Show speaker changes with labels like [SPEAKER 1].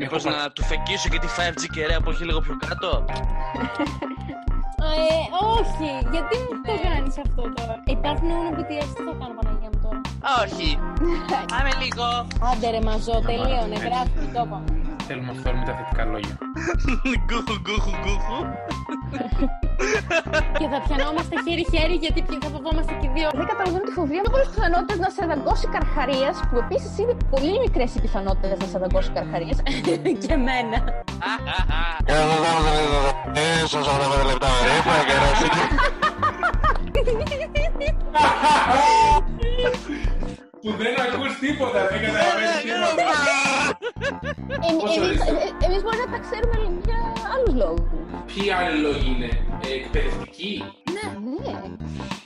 [SPEAKER 1] Μήπως να του φεκίσω και τη 5G κεραία που έχει λίγο πιο κάτω.
[SPEAKER 2] Ε, όχι, γιατί μου το κάνεις αυτό τώρα. Ε, Υπάρχουν όνο BTS, τι θα κάνω Παναγία μου τώρα.
[SPEAKER 1] Όχι. Πάμε λίγο.
[SPEAKER 2] Άντε ρε μαζό, τελείωνε, γράφει, το είπαμε.
[SPEAKER 3] Θέλουμε να φέρουμε τα θετικά λόγια.
[SPEAKER 1] Γκούχου, γκούχου, γκούχου.
[SPEAKER 2] Και θα πιανόμαστε χέρι-χέρι γιατί πια- θα φοβόμαστε και οι δύο.
[SPEAKER 4] Δεν καταλαβαίνω τη φοβία μου. Πολλέ πιθανότητες να σε δαγκώσει καρχαρία, που επίσης είναι πολύ μικρές οι πιθανότητες να σε δαγκώσει καρχαρία.
[SPEAKER 2] και εμένα.
[SPEAKER 5] Ίσως 45 λεπτά περίπου, να κεράσει.
[SPEAKER 3] Που δεν ακούς τίποτα, δεν καταλαβαίνεις τίποτα. Πόσο
[SPEAKER 4] Εμείς μπορεί να τα ξέρουμε για άλλου λόγου.
[SPEAKER 3] Ποιοι άλλοι λόγοι είναι, ε, εκπαιδευτικοί.
[SPEAKER 4] Ναι.